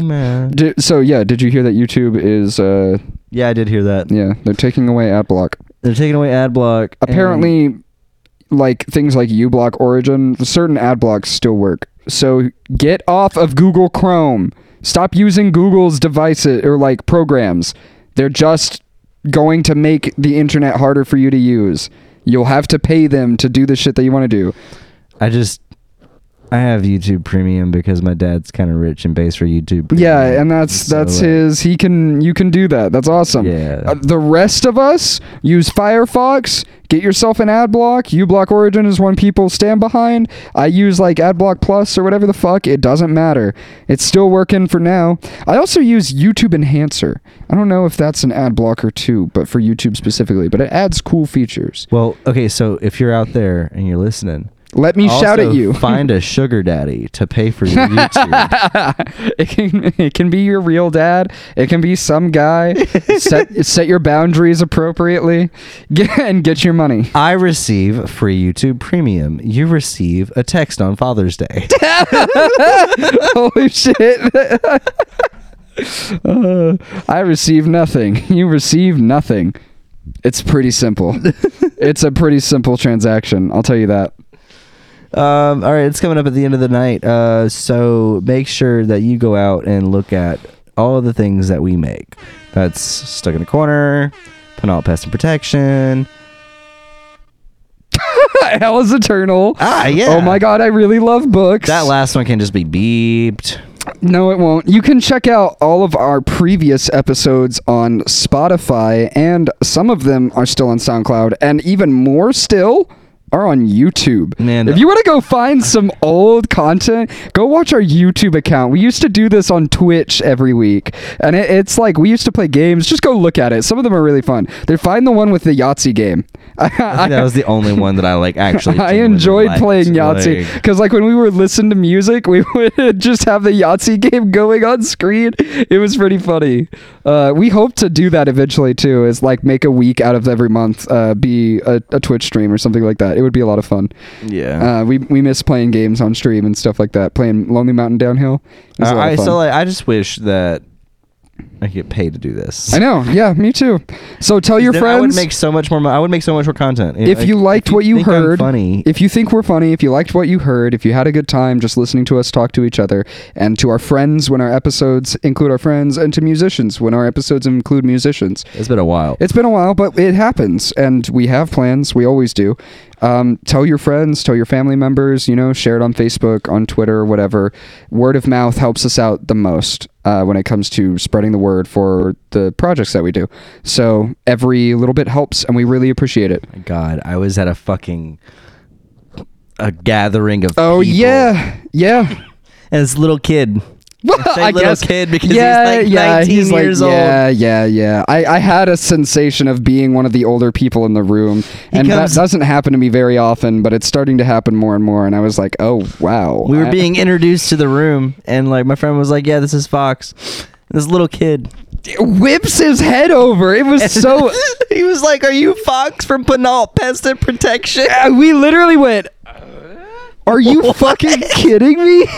mad.
Did, so yeah, did you hear that YouTube is uh
Yeah, I did hear that.
yeah, they're taking away ad block.
They're taking away ad block. and-
Apparently like things like uBlock Origin, certain ad blocks still work. So get off of Google Chrome. Stop using Google's devices or like programs. They're just going to make the internet harder for you to use. You'll have to pay them to do the shit that you want to do.
I just I have YouTube Premium because my dad's kind of rich and pays for YouTube. Premium.
Yeah, and that's
So,
that's
uh,
his. He can you can do that. That's awesome.
Yeah.
Uh, the rest of us use Firefox. Get yourself an ad block. uBlock Origin is one people stand behind. I use like AdBlock Plus or whatever the fuck. It doesn't matter. It's still working for now. I also use YouTube Enhancer. I don't know if that's an ad blocker too, but for YouTube specifically. But it adds cool features.
Well, okay, so if you're out there and you're listening,
Let me shout
also
at you.
find a sugar daddy to pay for your YouTube.
it can it can be your real dad. It can be some guy. set set your boundaries appropriately, get, and get your money.
I receive free YouTube Premium. You receive a text on Father's Day.
Holy shit! Uh, I receive nothing. You receive nothing. It's pretty simple. it's a pretty simple transaction. I'll tell you that.
Um, all right, it's coming up at the end of the night. Uh, so make sure that you go out and look at all the things that we make. That's Stuck in a Corner, Penal Pest and Protection.
Hell is Eternal.
Ah, yeah.
Oh my god, I really love books.
That last one can just be beeped.
No, it won't. You can check out all of our previous episodes on Spotify, and some of them are still on SoundCloud, and even more still are on YouTube.
Man, uh,
if you want to go find some old content, go watch our YouTube account. We used to do this on Twitch every week, and it, it's like we used to play games. Just go look at it. Some of them are really fun. They find the one with the Yahtzee game.
I think that was the only one that I like actually.
Uh, I
genuinely
enjoyed
liked.
playing Yahtzee
Like,
because, like, when we would listen to music, we would just have the Yahtzee game going on screen. It was pretty funny. Uh, we hope to do that eventually too. Is like make a week out of every month, uh, be a, a Twitch stream or something like that. It would be a lot of fun.
yeah.
Uh, we we miss playing games on stream and stuff like that. Playing Lonely Mountain Downhill. It was a lot
I,
of
Uh, I
fun.
still like, I just wish that I could get paid to do this.
I know. Yeah, me too. So tell your
Then
friends.
I would make so much more. mo- I would make so much more content
if you liked what you
think I'm
heard,
Funny.
if you think we're funny, if you liked what you heard, if you had a good time just listening to us talk to each other and to our friends when our episodes include our friends and to musicians when our episodes include musicians.
it's been a while.
It's been a while, but it happens, and we have plans. We always do. Um, tell your friends, tell your family members. You know, share it on Facebook, on Twitter, whatever. Word of mouth helps us out the most uh, when it comes to spreading the word for the projects that we do. So every little bit helps, and we really appreciate it.
My God, I was at a fucking a gathering of.
Oh
people.
yeah, yeah.
and this little kid. say
I
little
guess.
kid because
yeah,
he's like
yeah,
19
he's like,
years old.
Yeah, yeah, yeah. I, I had a sensation of being one of the older people in the room, and
comes-
that doesn't happen to me very often, but it's starting to happen more and more. And I was like, oh wow.
We were
I-
being introduced to the room, and like my friend was like, "Yeah, this is Fox." And this little kid.
whips his head over. It was so.
he was like, "Are you Fox from Penal Pest and Protection?"
Uh, we literally went. Are you fucking kidding me?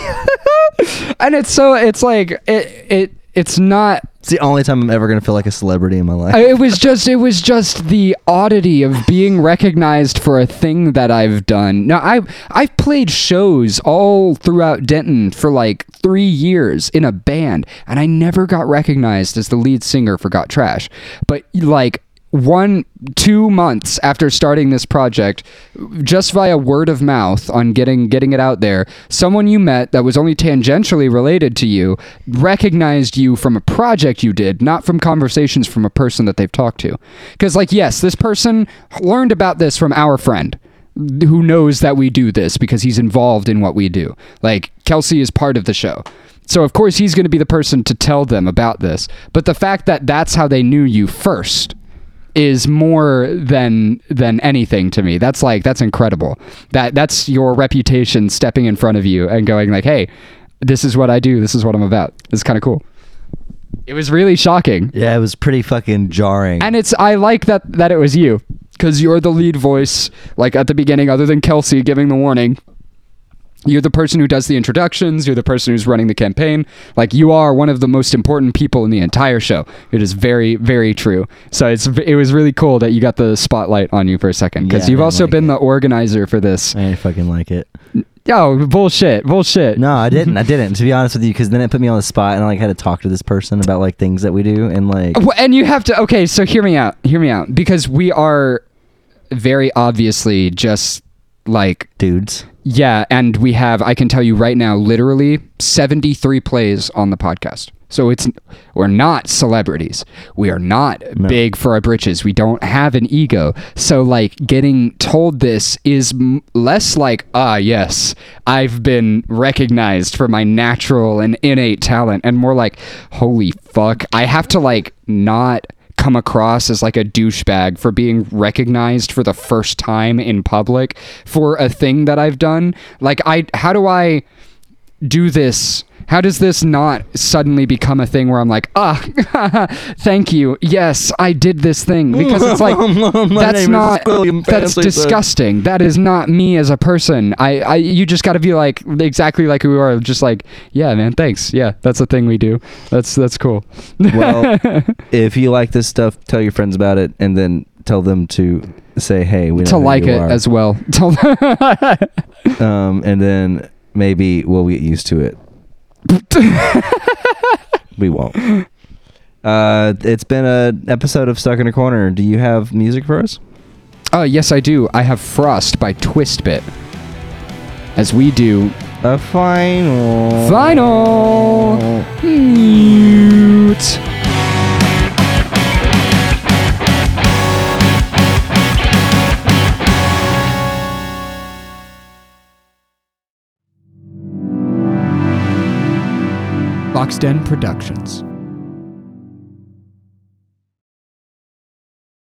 and it's so. It's like it. It. It's not
It's the only time I'm ever gonna feel like a celebrity in my life.
I- it was just it was just the oddity of being recognized for a thing that I've done. Now I I've played shows all throughout Denton for like 3 years in a band and I never got recognized as the lead singer for Got Trash. But like one two months after starting this project just via word of mouth on getting getting it out there someone you met that was only tangentially related to you recognized you from a project you did not from conversations from a person that they've talked to because like yes this person learned about this from our friend who knows that we do this because he's involved in what we do like kelsey is part of the show so of course he's going to be the person to tell them about this but the fact that that's how they knew you first is more than than anything to me. That's like that's incredible. That that's your reputation stepping in front of you and going like, "Hey, this is what I do. This is what I'm about." It's kind of cool. It was really shocking.
yeah, it was pretty fucking jarring.
And it's I like that that it was you cuz you're the lead voice like at the beginning other than Kelsey giving the warning. You're the person who does the introductions, you're the person who's running the campaign. Like you are one of the most important people in the entire show. It is very very true. So it's it was really cool that you got the spotlight on you for a second
Yeah,
cuz
I
you've
didn't
also
like
been
it.
the organizer for this.
I didn't fucking like it.
Yo, bullshit. Bullshit.
No, I didn't. I didn't. To be honest with you, because then it put me on the spot, and I like had to talk to this person about like things that we do, and like
Well, and you have to okay so hear me out hear me out because we are very obviously just like
dudes.
Yeah, and we have I can tell you right now literally 73 plays on the podcast. So it's we're not celebrities. We are not big for our britches. We don't have an ego. So like getting told this is m- less like ah yes, I've been recognized for my natural and innate talent and more like holy fuck, I have to like not come across as like a douchebag for being recognized for the first time in public for a thing that I've done. Like I how do I do this? How does this not suddenly become a thing where I'm like, ah, thank you. Yes, I did this thing because it's like that's
name is
not
William
that's
Fancy, sir.
disgusting. That is not me as a person. I, I you just got to be like exactly like we are. Just like, yeah, man, thanks. Yeah, that's a thing we do. That's that's cool.
Well, if you like this stuff, tell your friends about it, and then tell them to say, "Hey, we know
to
who
like
you
it
are.
as well. To-
Um, and then maybe we'll get used to it. we won't. Uh, it's been an episode of Stuck in a Corner. Do you have music for us?
Oh, yes, I do. I have Frost by Twistbit. As we do
A final.
Vinyl Mute. Boxden Productions.